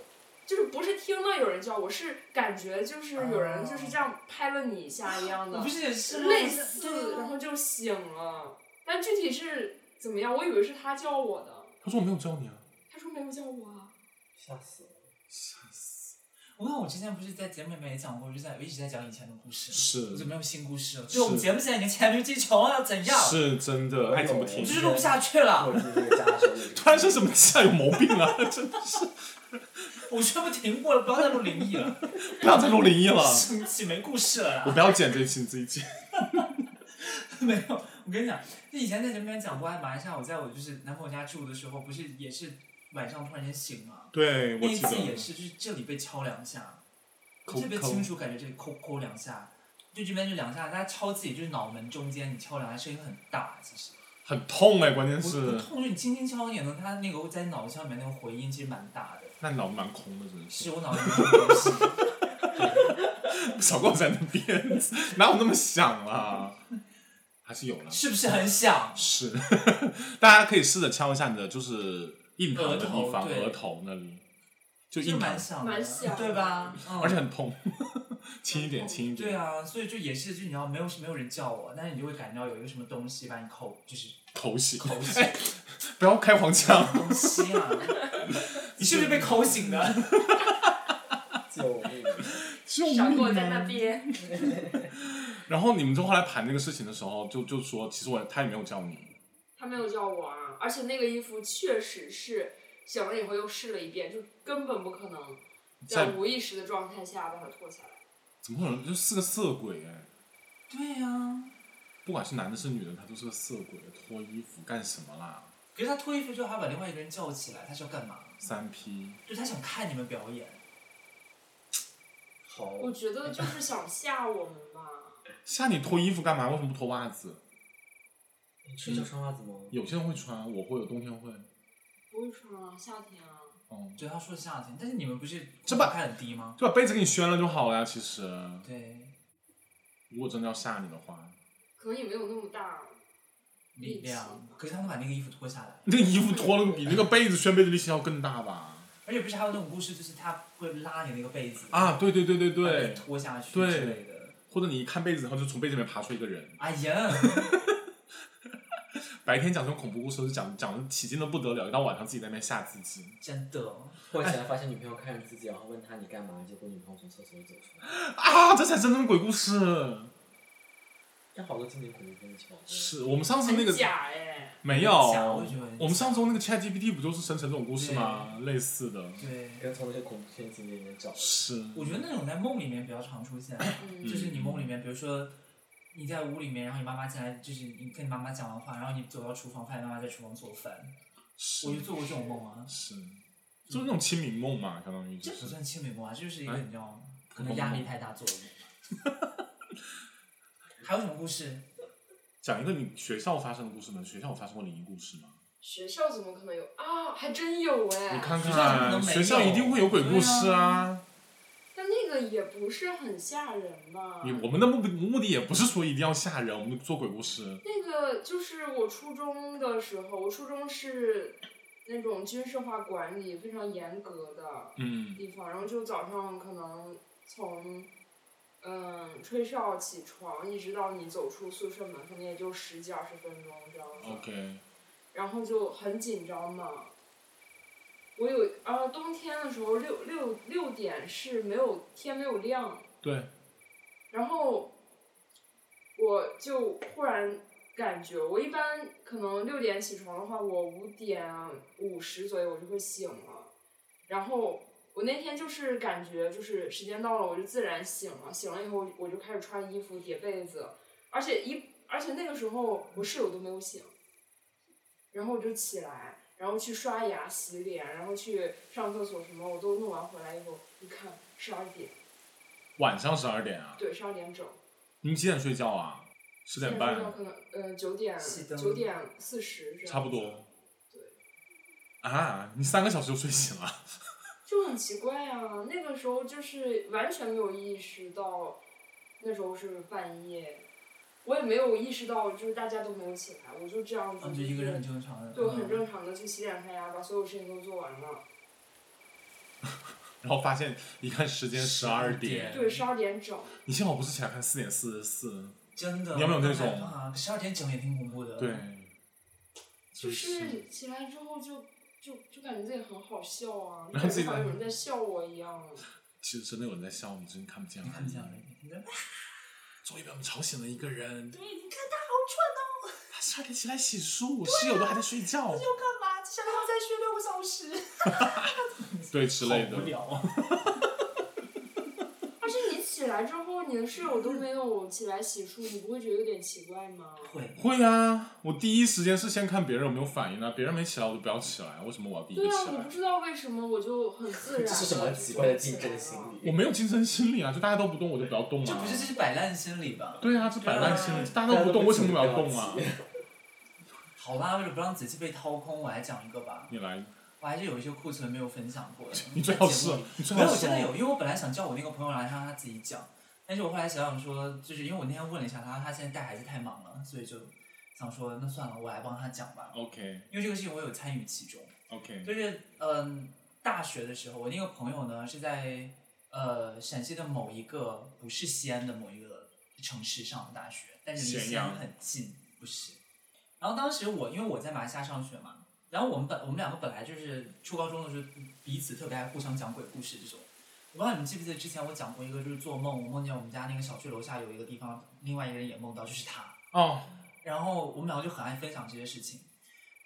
就是不是听到有人叫我，是感觉就是有人就是这样拍了你一下一样
哦我
的
不，是也是吗
类
对
似，
啊
然后就醒了。但具体是怎么样，我以为是他叫我的，
他说我没有叫你啊，
他说没有叫我啊。
吓死了！
吓死，
我看我之前不是在节目里面也讲过，就在我一直在讲以前的故事，我就是没有新故事了。哦
是
就我们节目现在已经黔驴技穷了，怎样？
是真的，爱怎么
我就
听
知？
是录不下去了，
我进这个家的时候，
突然生什么气啊？有毛病啊！真的是
我全部停过了，不要再录灵异了，
不想再录灵异了，
生气没故事了
我
啦。
不要剪这期，你自己剪。
没有，我跟你讲，就以前在节目里面讲过，马来西亚我在我就是男朋友家住的时候，不是也是晚上突然间醒嘛，
对，
那
我
一
记
次也
得。
是，就是这里被敲两下，我
抠
特别
抠
清楚感觉这里抠抠两下，就这边就两下，大家敲自己就是脑门中间，你敲两下声音很大，其实
很痛哎，关键
不不
是
痛，就你轻轻敲一点呢，它那个在脑腔里面那个回音其实蛮大的，
那脑子蛮空的，真的是
是我脑子里面有东西。
少跟我在那边，哪有那么想啦？还是有啦，
是不是很响？
是， 大家可以试着敲一下你的就是印堂的地
额
方，
头对
额头那里，就
就
印堂
蛮，响的，
蛮响的
对吧？嗯、
而且很痛， 轻一点，
蛮痛
轻一点。
对，啊，所以就也是，就你要没有没有人叫我，但是你就会感觉到有一个什么东西把你扣，就是
口醒，
扣醒，
哎，不要开黄腔，
东西 啊，你是不是被扣醒的？
救命！
救命、啊！
闪过在那边，
然后你们就后来盘这个事情的时候，就就说，其实我他也没有叫你，
他没有叫我啊，而且那个衣服确实是醒了以后又试了一遍，就根本不可能在
在
无意识的状态下把它脱下来。
怎么可能就四个色鬼哎？
对啊呀、
不管是男的是女的，他都是个色鬼，脱衣服干什么啦？
可是他脱衣服之后还把另外一个人叫起来，他是要干嘛？
三 P，
就他想看你们表演，
好，
我觉得就是想吓我们嘛，
吓你脱衣服干嘛？为什么不脱袜子？
你睡觉穿袜子吗？
有些人会穿，我会，有冬天会。
不会穿啊，夏天啊，
哦、
对他说夏天，但是你们不是
这把
门槛很低吗？
就把被子给你掀了就好了呀。其实，
对，
如果真的要吓你的话，
可能也没有那么大
力量。可是他们把那个衣服脱下来，
那个衣服脱了比那个被子掀被子力气要更大吧？
而且不是还有那种故事，就是他会拉你那个被子，
啊，对对对对
把你
对，
拖下去
对
之类的。
或者你一看被子，然后就从被子里面爬出一个人。
哎呀，
白天讲这种恐怖故事都是讲讲的起劲的不得了，一到晚上自己在那边吓自己。
真的，
或者起来发现女朋友看着自己，然后问她你干嘛，结果女朋友从厕所里走出来。
啊，这才真正的鬼故事。
但好多经典恐怖片的桥段。
是我们上次那
很
个
假哎、
没有，
假我也觉得很
我们上周那个 Chat GPT 不就是生成这种故事吗？类似的，
对。
跟从那些恐怖片情节里面找的。
啊
是，
我觉得那种在梦里面比较常出现，
嗯
就是你梦里面，比如说你在屋里面，然后你妈妈进来，就是你跟你妈妈讲完话，然后你走到厨房，发现妈妈在厨房做饭。
是
我就做过这种梦啊，
是，就是那种清明梦嘛，相当于
这
就
不
是。
算清明梦啊，这就是一个
哎
你知道吗？可能压力太大做的梦 吧。还有什么故事？
讲一个你学校发生的故事吗？学校有发生过灵异故事吗？
学校怎么可能有啊？还真有哎、
你看
学校怎么
看，
能没有
学校一定会有鬼故事啊！
但那个也不是很吓人吧？
你我们的目目的也不是说一定要吓人，我们做鬼故事。
那个就是我初中的时候，我初中是那种军事化管理非常严格的
嗯
地方，然后就早上可能从嗯吹哨起床，一直到你走出宿舍门，可能也就十几二十分钟这样子。
，OK，
然后就很紧张嘛。我有，然后冬天的时候六六六点是没有天没有亮，
对，
然后我就忽然感觉，我一般可能六点起床的话，我五点五十左右我就会醒了。然后我那天就是感觉就是时间到了，我就自然醒了。醒了以后我就开始穿衣服叠被子，而且一而且那个时候我室友都没有醒，然后我就起来，然后去刷牙洗脸，然后去上厕所什么，我都弄完回来以后一看十二点，
晚上十二点啊，
对，十二点整。
你们几点睡觉啊？十点
现在
半
可，能呃九点
熄灯
九点四十，
差不多。
对。
啊，你三个小时就睡醒了。
就很奇怪啊。那个时候就是完全没有意识到，那时候是半夜，我也没有意识到，就是大家都没有起来，我就这样子、
嗯，就一个人很正常的。
对，
嗯
很正常的去洗脸刷牙，把所有事情都做完了。
然后发现一看时间十二
点
点，
对，十二点整，
你幸好不是起来看四点四十四，
真的。
你有没有那种
啊？十二点整也挺恐怖的。
对，
就
就是
是起来之后就就就感觉自己很好笑 啊，
然后
感
自己
觉好像
在
有人在笑我一样。
其实真的有人在笑，你真看不见
你
而
看
已
这样的人，你在
终于被我们吵醒了一个人，
对，你看他好
他十二点起来洗漱，我室友都还在睡
啊
觉，
蠢，要干嘛？至少他要再睡六个小时。
对之类
好无
的。
聊啊。
但是你起来之后，你的室友都没有起来洗漱，你不会觉得有点奇怪吗？
会，
会啊，我第一时间是先看别人有没有反应啊，别人没起来我就不要起来，为什么我要第一个
对啊，
起
我
来
不？知道为什么，我就很自然。
这是什么奇怪的竞争心？
我
理？
没有竞争心理啊，就大家都不动我就不要动啊。
这不是这是摆烂心理吧？
对啊，这摆烂心理，大家都
家
不动，为什么我要动啊
起？
好啦，为了不让子期被掏空，我还讲一个吧。
你来，
我还是有一些库存没有分享过的。
你最好是
是，
你最
没
好
有，我
是
真的
哦。
有，因为我本来想叫我那个朋友来让他自己讲，但是我后来想想说，就是因为我那天问了一下他，他现在带孩子太忙了，所以就想说那算了，我来帮他讲吧，
OK
因为这个事情我有参与其中。
OK，
就是嗯，大学的时候，我那个朋友呢是在呃陕西的某一个不是西安的某一个城市上的大学，但是离
咸
西安
阳
很近，不是。然后当时我因为我在马来西亚上学嘛，然后我们本我们两个本来就是初高中的时候彼此特别爱互相讲鬼故事这种。我不知道你们记不记得之前我讲过一个，就是做梦，我梦见我们家那个小区楼下有一个地方，另外一个人也梦到，就是他。
哦，
然后我们两个就很爱分享这些事情。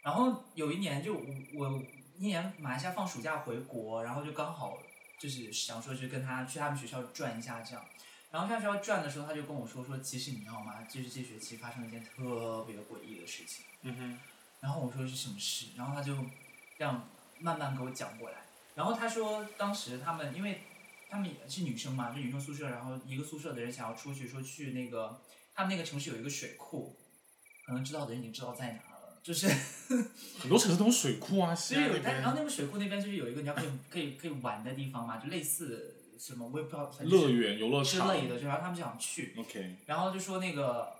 然后有一年就我我一年马来西亚放暑假回国，然后就刚好就是想说去跟他去他们学校转一下这样。然后他学校转的时候，他就跟我说说，其实你知道吗？就是这学期发生了一件特别诡异的事情。
嗯哼，
然后我说是什么事，然后他就这样慢慢给我讲过来。然后他说，当时他们因为他们也是女生嘛，就女生宿舍，然后一个宿舍的人想要出去，说去那个他们那个城市有一个水库，可能知道的人已经知道在哪了，就是
很多城市都有水库啊，西
就
安
是
那
有，但
边
然后那个水库那边就是有一个你要可以可以可以玩的地方嘛，就类似什么我也不知道，反正就是
乐园、游乐
之
场
类的，就然后他们就想去，
OK，
然后就说那个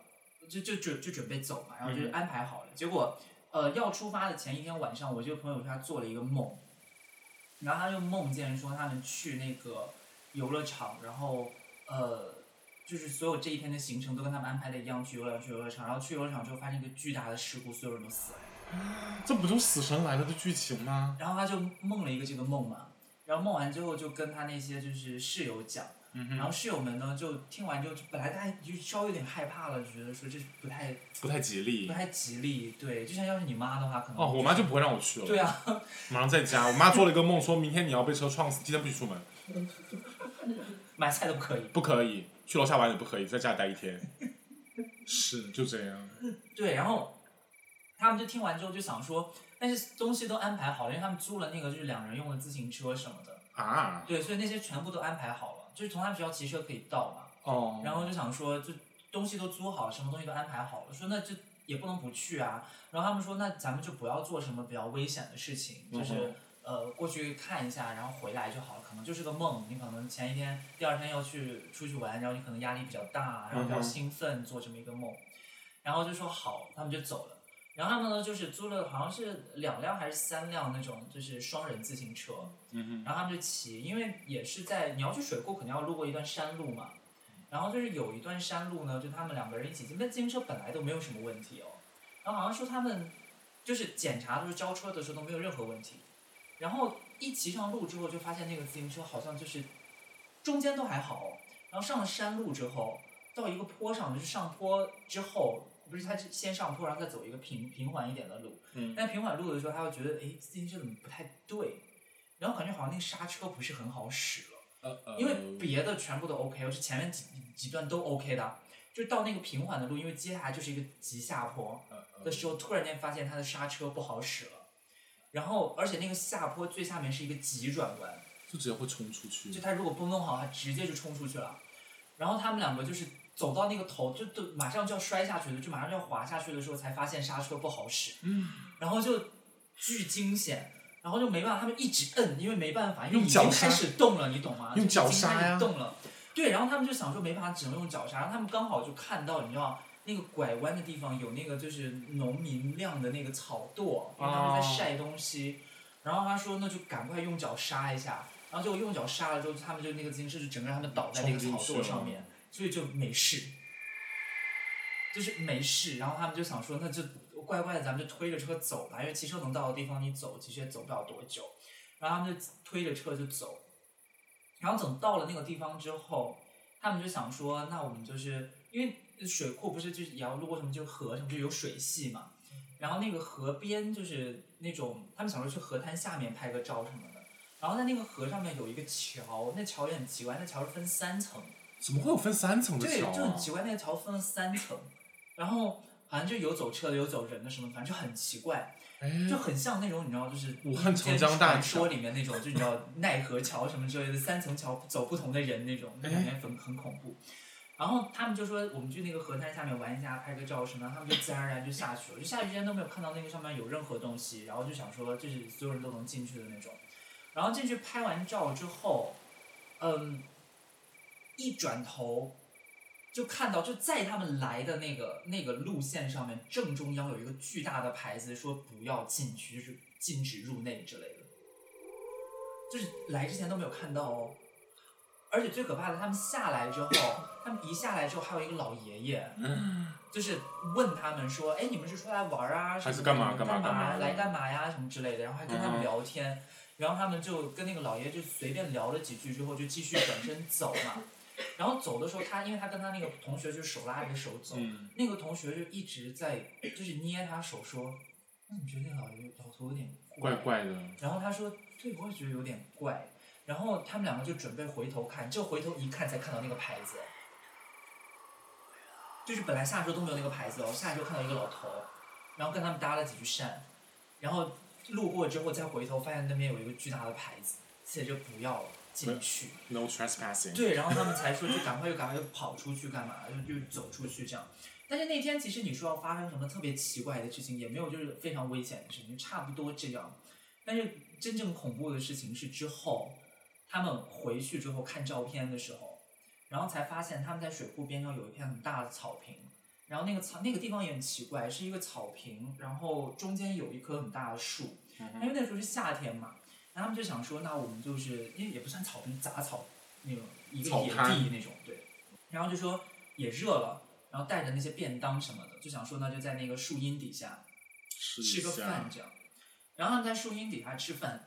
就就准就准备走嘛，然后就
嗯
安排好了。结果呃要出发的前一天晚上，我这个朋友说他做了一个梦，然后他就梦见说他们去那个游乐场，然后呃就是所有这一天的行程都跟他们安排的一样，去游乐场去游乐场，然后去游乐场之后发现一个巨大的事故，所有人都死了。
这不就死神来了的剧情吗？
然后他就梦了一个这个梦嘛，然后梦完之后就跟他那些就是室友讲。
嗯
然后，室友们呢，就听完之后，就本来大家就稍微有点害怕了，就觉得说这不太
不太吉利
不。太吉利。对，就像要是你妈的话，可能
哦，我妈就不会让我去了。
对，啊，
马上在家。我妈做了一个梦，说明天你要被车撞死，今天不许出门，
买菜都不可以。
不可以，去楼下玩也不可以，在家里待 一天。是，就这样。
对，然后他们就听完之后就想说，但是东西都安排好了，因为他们租了那个就是两人用的自行车什么的，
啊，
对，所以那些全部都安排好了，就是从他们学校骑车可以到嘛。
哦，
然后就想说，就东西都租好，什么东西都安排好了，说那就也不能不去啊。然后他们说，那咱们就不要做什么比较危险的事情，就是、
嗯
呃过去看一下，然后回来就好了，可能就是个梦。你可能前一天、第二天要去出去玩，然后你可能压力比较大，然后比较
嗯哼
兴奋，做这么一个梦。然后就说好，他们就走了。然后他们呢，就是租了好像是两辆还是三辆那种，就是双人自行车。
嗯哼，
然后他们就骑，因为也是在你要去水库，肯定要路过一段山路嘛。然后就是有一段山路呢，就他们两个人一起骑，那自行车本来都没有什么问题哦。然后好像说他们就是检查，就是交车的时候都没有任何问题。然后一骑上路之后，就发现那个自行车好像就是中间都还好哦，然后上了山路之后，到一个坡上，就是上坡之后，不是他是先上坡，然后再走一个平平缓一点的路。
嗯，
但平缓路的时候，他会觉得，哎，自行车怎么不太对？然后感觉好像那个刹车不是很好使了，
呃呃
因为别的全部都 OK，就是前面几几段都 OK 的，就到那个平缓的路，因为接下来就是一个急下坡
呃呃
的时候，突然间发现它的刹车不好使了，然后而且那个下坡最下面是一个急转弯，
就直接会冲出去，
就他如果不弄好，他直接就冲出去了。然后他们两个就是走到那个头，就都马上就要摔下去了，就马上就要滑下去的时候，才发现刹车不好使。
嗯，
然后就巨惊险，然后就没办法，他们一直摁，因为没办法，因为
用
已经
绞杀
开始动了，你懂吗？
用
就已经
绞杀
开
呀
始动了。对，然后他们就想说没办法，只能用绞杀。然后他们刚好就看到，你知道那个拐弯的地方有那个就是农民晾的那个草垛，因为他们在
哦
晒东西。然后他说那就赶快用脚刹一下，然后结果用脚刹了之后，他们就那个自行车就整个让他们倒在那个
冲
草
进去
垛
了
上面，所以就没事。就是没事，然后他们就想说，那就乖乖的，咱们就推着车走吧，因为骑车能到的地方你走，其实也走不了多久。然后他们就推着车就走，然后等到了那个地方之后，他们就想说，那我们就是因为水库不是就是也要路过什么就是河什么就有水系嘛，然后那个河边就是那种他们想说去河滩下面拍个照什么的，然后在那个河上面有一个桥，那桥也很奇怪，那桥是分三层，
怎么会有分三层的
对，
桥
就
啊
很？奇怪，那个桥分了三层，然后好像就有走车的，有走人的什么，反正就很奇怪，
哎
就很像那种你知道，就是
武汉长江大
民间传
桥
说里面那种，就你知道奈何桥什么之类的，三层桥走不同的人那种，就感
哎
觉很很恐怖。然后他们就说，我们去那个河滩下面玩一下，拍个照什么的，他们就自然而然就下去了，就下去之前都没有看到那个上面有任何东西，然后就想说，就是所有人都能进去的那种。然后进去拍完照之后，嗯，一转头就看到，就在他们来的那个那个路线上面，正中央有一个巨大的牌子，说不要进去，就是禁止入内之类的。就是来之前都没有看到哦。而且最可怕的，他们下来 之后，他们一下来之后，还有一个老爷爷，就是问他们说：“哎，你们是出来玩啊，什么
嗯还是干嘛
你们
干嘛
干
干嘛
来干嘛呀，什么之类的。”然后还跟他们
嗯
聊天，然后他们就跟那个老爷就随便聊了几句之后，就继续转身走嘛。然后走的时候他，因为他跟他那个同学就手拉着手走，
嗯，
那个同学就一直在就是捏他手说，那你觉得那老爷老头有点
怪怪的，
然后他说：“对，我也觉得有点怪。”然后他们两个就准备回头看，就回头一看，才看到那个牌子，就是本来下周都没有那个牌子哦，下周看到一个老头，然后跟他们搭了几句讪，然后路过之后再回头，发现那边有一个巨大的牌子，写着“不要进去”。
No trespassing。
对，然后他们才说就赶快就赶快就跑出去干嘛，就就走出去这样。但是那天其实你说要发生什么特别奇怪的事情，也没有就是非常危险的事情，就差不多这样。但是真正恐怖的事情是之后，他们回去之后看照片的时候，然后才发现他们在水库边上有一片很大的草坪，然后那个草那个地方也很奇怪，是一个草坪，然后中间有一棵很大的树，
嗯
因为那时候是夏天嘛，然后他们就想说，那我们就是因为也不算草坪，杂草那种一个
草
野
滩
地那种，对。然后就说也热了，然后带着那些便当什么的，就想说那就在那个树荫底下
吃
吃
一
个
下
饭，这样。然后他们在树荫底下吃饭，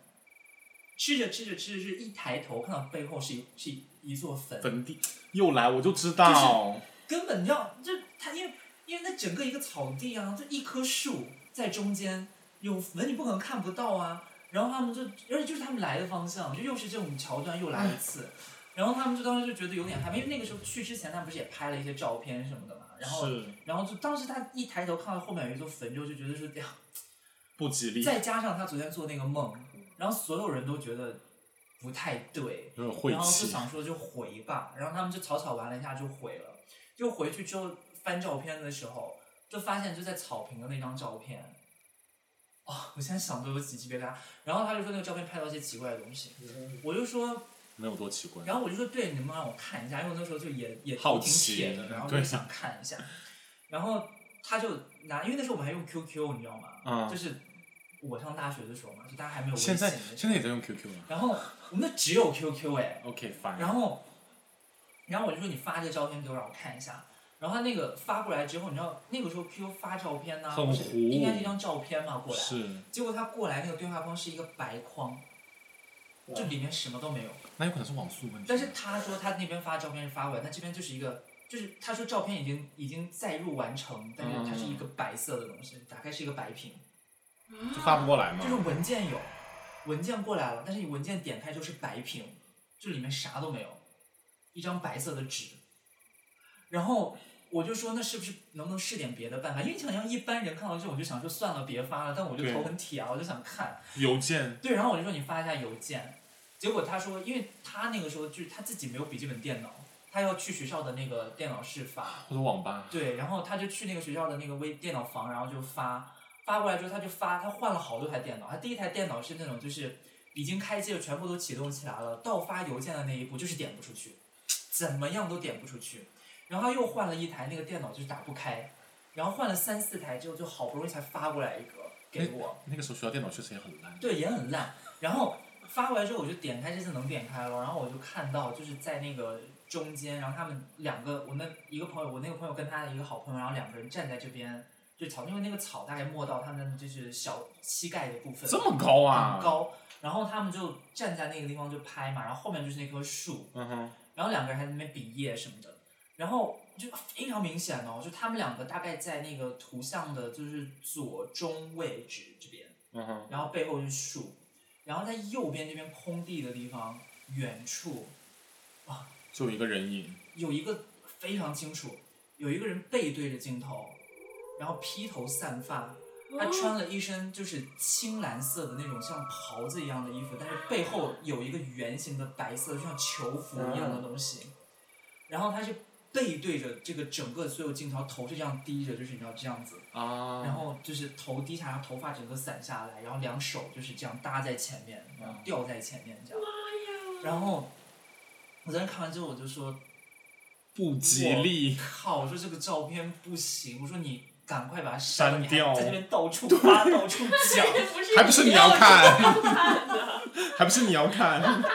吃着吃着吃着，是一抬头看到背后是一是一一座坟，
坟地又来，我就知道，
根本要就它因为因为那整个一个草地啊，就一棵树在中间，有坟你不可能看不到啊。然后他们就，而且就是他们来的方向，就又是这种桥段又来一次。然后他们就当时就觉得有点害怕，因为那个时候去之前，他们不是也拍了一些照片什么的嘛。然后
是
然后就当时他一抬头看到后面有一座坟之后，就觉得说，哎呀，
不吉 利，
再加上他昨天做那个梦，然后所有人都觉得不太对，
有点晦
然后就
气。
想说就回吧，然后他们就草草玩了一下就回了。就回去之后翻照片的时候，就发现就在草坪的那张照片。哦，我现在想都有几鸡皮疙瘩。啊然后他就说那个照片拍到一些奇怪的东西，
啊
我就说，
能有多奇怪？
然后我就说对，你能不能让我看一下？因为我那时候就也也
好
挺
奇
铁的，然后就
对
想看一下。然后他就拿，因为那时候我们还用 QQ，你知道吗？就
嗯，
是我上大学的时候嘛，就大家还没有微信
现在
的时候
现在也在用 QQ 吗
然后我们那只有 QQ 哎、
？OK fine。
然后，然后我就说你发这个照片给我让我看一下，然后他那个发过来之后，你知道那个时候 QQ 发照片呢、
很
不是
糊
应该是一张照片嘛过来，
是，
结果他过来那个对话框是一个白框，就里面什么都没有，
那有可能是网速问题。
但是他说他那边发照片是发过来，他这边就是一个。就是他说照片已经已经载入完成，但
嗯
是它是一个白色的东西，打开是一个白屏，
就发不过来嘛
就是。文件有，文件过来了，但是你文件点开就是白屏，就里面啥都没有，一张白色的纸。然后我就说，那是不是能不能试点别的办法？因为你想，要一般人看到这种就想说算了，别发了。但我就
对
头很铁啊，我就想看。
邮件
对，然后我就说你发一下邮件。结果他说，因为他那个时候就是他自己没有笔记本电脑，他要去学校的那个电脑室发。
啊或者网吧，
对，然后他就去那个学校的那个微电脑房，然后就发发过来之后，他就发，他换了好多台电脑，他第一台电脑是那种就是已经开机了，全部都启动起来了，到发邮件的那一步就是点不出去，怎么样都点不出去，然后他又换了一台那个电脑就是打不开，然后换了三四台之后，就好不容易才发过来一个给我，
那个时候学校电脑确实也很烂。
对，也很烂。然后发过来之后，我就点开，这次能点开了。然后我就看到，就是在那个中间，然后他们两个，我那一个朋友，我那个朋友跟他的一个好朋友，然后两个人站在这边，就草，因为那个草大概没到他们就是小膝盖的部分，
这么高啊？
很。高。然后他们就站在那个地方就拍嘛，然后后面就是那棵树，
嗯哼，
然后两个人还在那边比耶什么的，然后就非常明显哦，就他们两个大概在那个图像的就是左中位置这边。
嗯哼，
然后背后是树，然后在右边这边空地的地方，远处
就有一个人影，
有一个非常清楚，有一个人背对着镜头，然后披头散发，他穿了一身就是青蓝色的那种像袍子一样的衣服，但是背后有一个圆形的白色像囚服一样的东西，然后他是背对着这个整个所有镜头，头是这样低着，就是你知道这样子，
啊，
然后就是头低下，然后头发整个散下来，然后两手就是这样搭在前面，然后吊在前面这样。然后我在那看完之后，我就说
不吉利：“，
靠！”我说这个照片不行，我说你赶快把它删了，
删
你还
掉
在这边到 处发，到处讲。
不是
还不是你啊
你啊
要看
要看的，
还不是你要看？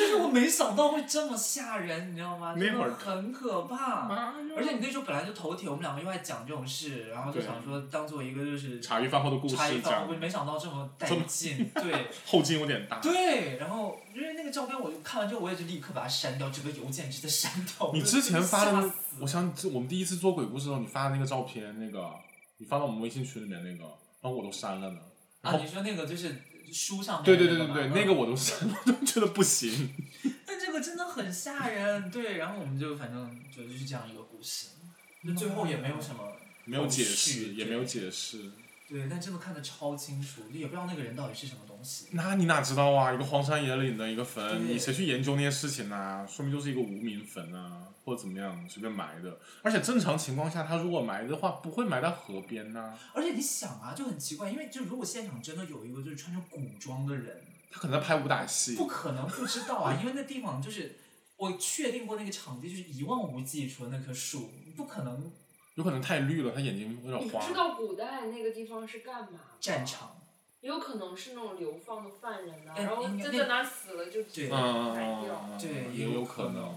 但是我没想到会这么吓人，你知道吗？
那会
真
儿
的很可怕。而
而
且你那时候本来就头铁，我们两个又爱讲这种事，然后就
对
想说当做一个就是
茶余饭后的故事
茶余
这
饭
样
后，，没想到这么带
这么
劲，对。
后劲有点大。
对，然后因为那个照片，我就看完之后，我也是立刻把它删掉，整个邮件直接删掉。
你
我
之前发的
吓
那
死
个，我想这我们第一次做鬼故事的时候，你发的那个照片，那个你发到我们微信群里面那个，然后我都删了呢。然
啊，
后
你说那个就是书上面
对对
的
对对
吧
对，
嗯
那个我都删了，我都觉得不行。
但这个真的很吓人，对。然后我们就反正就就是这样一个故事，就最后也没有什么，
没有解
后
释，
续
也 没有解释。
对，但真的看得超清楚，就也不知道那个人到底是什么东西。
那你哪知道啊？一个荒山野岭的一个坟，
对
你谁去研究那些事情啊？说明就是一个无名坟啊，或者怎么样，随便埋的。而且正常情况下，他如果埋的话，不会埋到河边呐、
而且你想啊，就很奇怪，因为就如果现场真的有一个就是穿着古装的人，
他可能在拍武打戏
不。可能不知道啊，因为那地方就是我确定过那个场地就是一望无际，除了那棵树，你不可能
有可能太绿了，他眼睛有
你
点
不
花
知。道古代那个地方是干嘛的？
战场。
也有可能是那种流放的犯人呐、
哎
然后
应该
就
那
在哪儿死了就直
对
接
嗯嗯
埋
嗯
掉。
嗯，
对
也
也有
可
可能。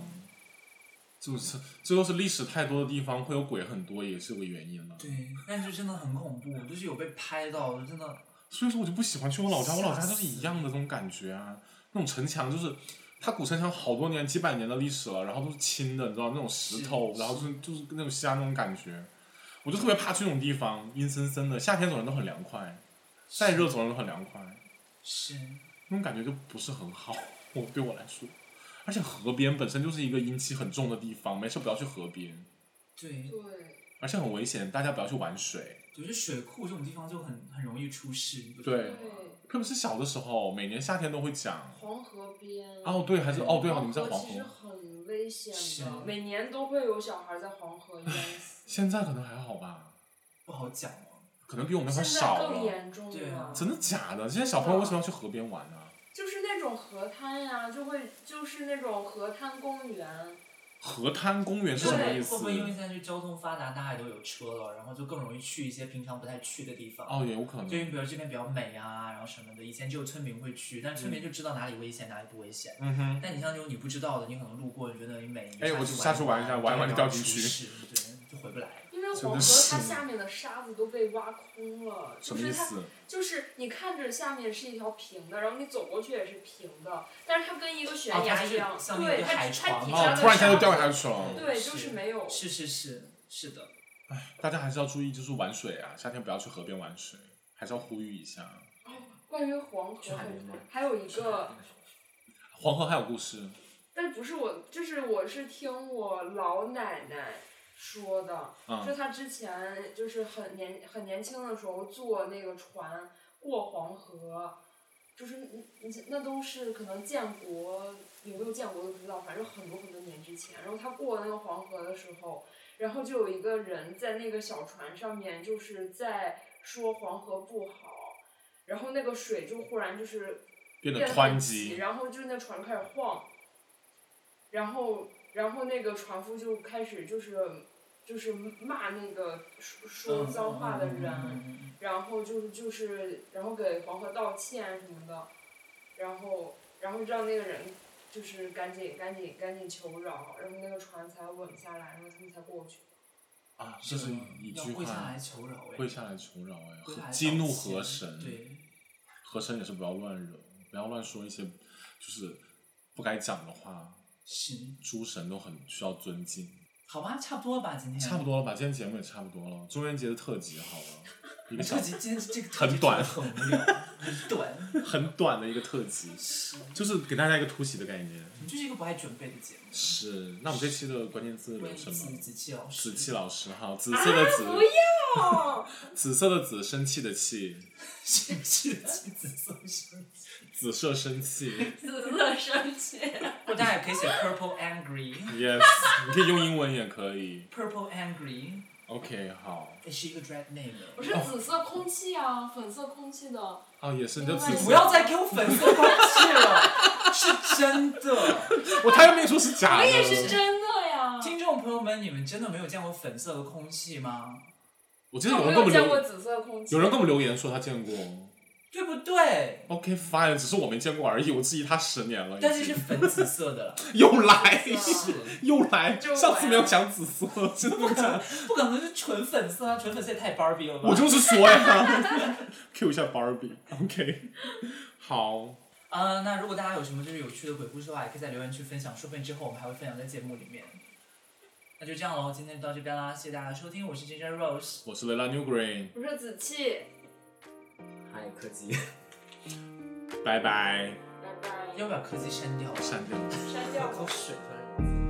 就是这都是历史太多的地方会有鬼很多，也是有个原因了。
对，但是真的很恐怖，就是有被拍到，真的
所以说我就不喜欢去我老家，我老家
吓
就是一样的这种感觉啊，那种城墙就是。它古城墙好多年，几百年的历史了，然后都是青的，你知道那种石头，
是
然后就是就是那种西安那种感觉，我就特别怕去那种地方，阴森森的，夏天走人都很凉快，再热走人都很凉快，
是
那种感觉就不是很好， 我对我来说，而且河边本身就是一个阴气很重的地方，没事不要去河边，
对。
对，
而且很危险，大家不要去玩水。
我觉得水库这种地方就很很容易出事，你不觉得
对
吗？，
特别是小的时候，每年夏天都会讲。
黄河边。
哦，对，还是哦，对哦，你们在黄
其实
河。
很危
是
险的，每年都会有小孩在黄河淹死，
现在可能还好吧，
不好讲哦。
可能比我们那会儿
现
少
在更
了。
严重
对啊
了。
真的假的？现在小朋友为什么要去河边玩呢、啊
就是那种河滩呀、就会就是那种河滩公园，
河滩公园是什么意思
会？不会因为现在就交通发达，大家也都有车了，然后就更容易去一些平常不太去的地方？
哦，也有可能。
就因为比如这边比较美啊，然后什么的，以前只有村民会去，但村民就知道哪里危险，哪里不危险。
嗯哼，
但你像这种你不知道的，你可能路过，你觉得你美，你
哎我
去
下去玩
一
一下玩一玩
就
就掉进去
对，就回不来。
因为
真
黄河
的是
它下面的沙子都被挖空了，
什
就
么意
是它
思？
就是你看着下面是一条平的，然后你走过去也是平的，但是它跟一个
哦
悬
它
崖
就是
一样，
像那
对
个
它
海
它
床
底
嘛
下
哦，
的
突然一下就
沙
掉
子
下去了。
对，
是
就是没有。
是是是是的，
大家还是要注意，就是玩水啊，夏天不要去河边玩水，还是要呼吁一下。
关于黄
去
河
海边吗，
还有一
去海边
个，
吧
黄河还有故事，
但不是我，就是我是听我老奶奶说的，就
嗯，
他之前就是很年很年轻的时候坐那个船过黄河，就是你你那都是可能建国有没有建国都不知道，反正很多很多年之前。然后他过那个黄河的时候，然后就有一个人在那个小船上面，就是在说黄河不好，然后那个水就忽然就是
变得
变得
湍
很急，
急，
然后就那船开始晃，然后然后那个船夫就开始就是就是骂那个说说
嗯
脏话的人，
人，
然后就是就是然后给黄河道歉什么的，然后然后让那个人就是赶紧赶紧赶紧求饶，然后那个船才稳下来，然后他们才过去。
啊，这是一
要
句
跪下
话
来，求饶哎，
跪下来求饶哎，
跪下来道
和
歉
激怒河神，
对，
河神也是不要乱惹，不要乱说一些就是不该讲的话，
是，
诸神都很需要尊敬。
好吧，差不多了吧，今天
差不。多了吧，今天节目也差不多了，中元节的特辑好了，一个小
这集今天这个
很短
很无聊，很短，
很短的一个特辑，就是给大家一个突袭的概念。
就是一个不爱准备的节目。
是，那我们这期的关键字
关
有
于
什
子
么？
子气老师，
紫气老师哈，紫色的
啊
紫，
哦，
紫色的紫，生气的气，
是是紫色生气，
紫色生气
紫色生气，
或者大家也可以写 purple angry，purple
，yes，你可以用英文也可以。
angry，
OK，好，
也是一个 drag name 哎。
不是紫色空气啊，粉色空气的。
哦，也是，你就紫
不
色，
要再给我粉色空气了， 是真 的。
我他又没有说是假的，
我也是真的呀。
听众朋友们，你们真的没有见过粉色的空气 吗？
我记得
那
有
我
人
没
给我们
有见过
留，
紫色空气。啊
有人给我们留言说他见过。
对不对？
OK fine，只是我没见过而已，我质疑他十年了已经。
但是是粉紫色 的了，
又来
是
又来，
啊就我呀
上次没有讲紫色， 真的讲，
不可能是纯粉色啊，纯粉色也太 Barbie 了吧？
我就是说呀，Q 一下 Barbie，OK，、好，
呃，那如果大家有什么就是有趣的鬼故事的话，也可以在留言区分享，说不定之后我们还会分享在节目里面。那就这样喽，今天就到这边啦，谢谢大家的收听，我是 Ginger Rose，
我是 Lela New Green，
我是紫气，
嗨，科技。
拜拜，
拜拜。
要不要把柯基删掉？
删掉。
删
喝
掉吧
口。水。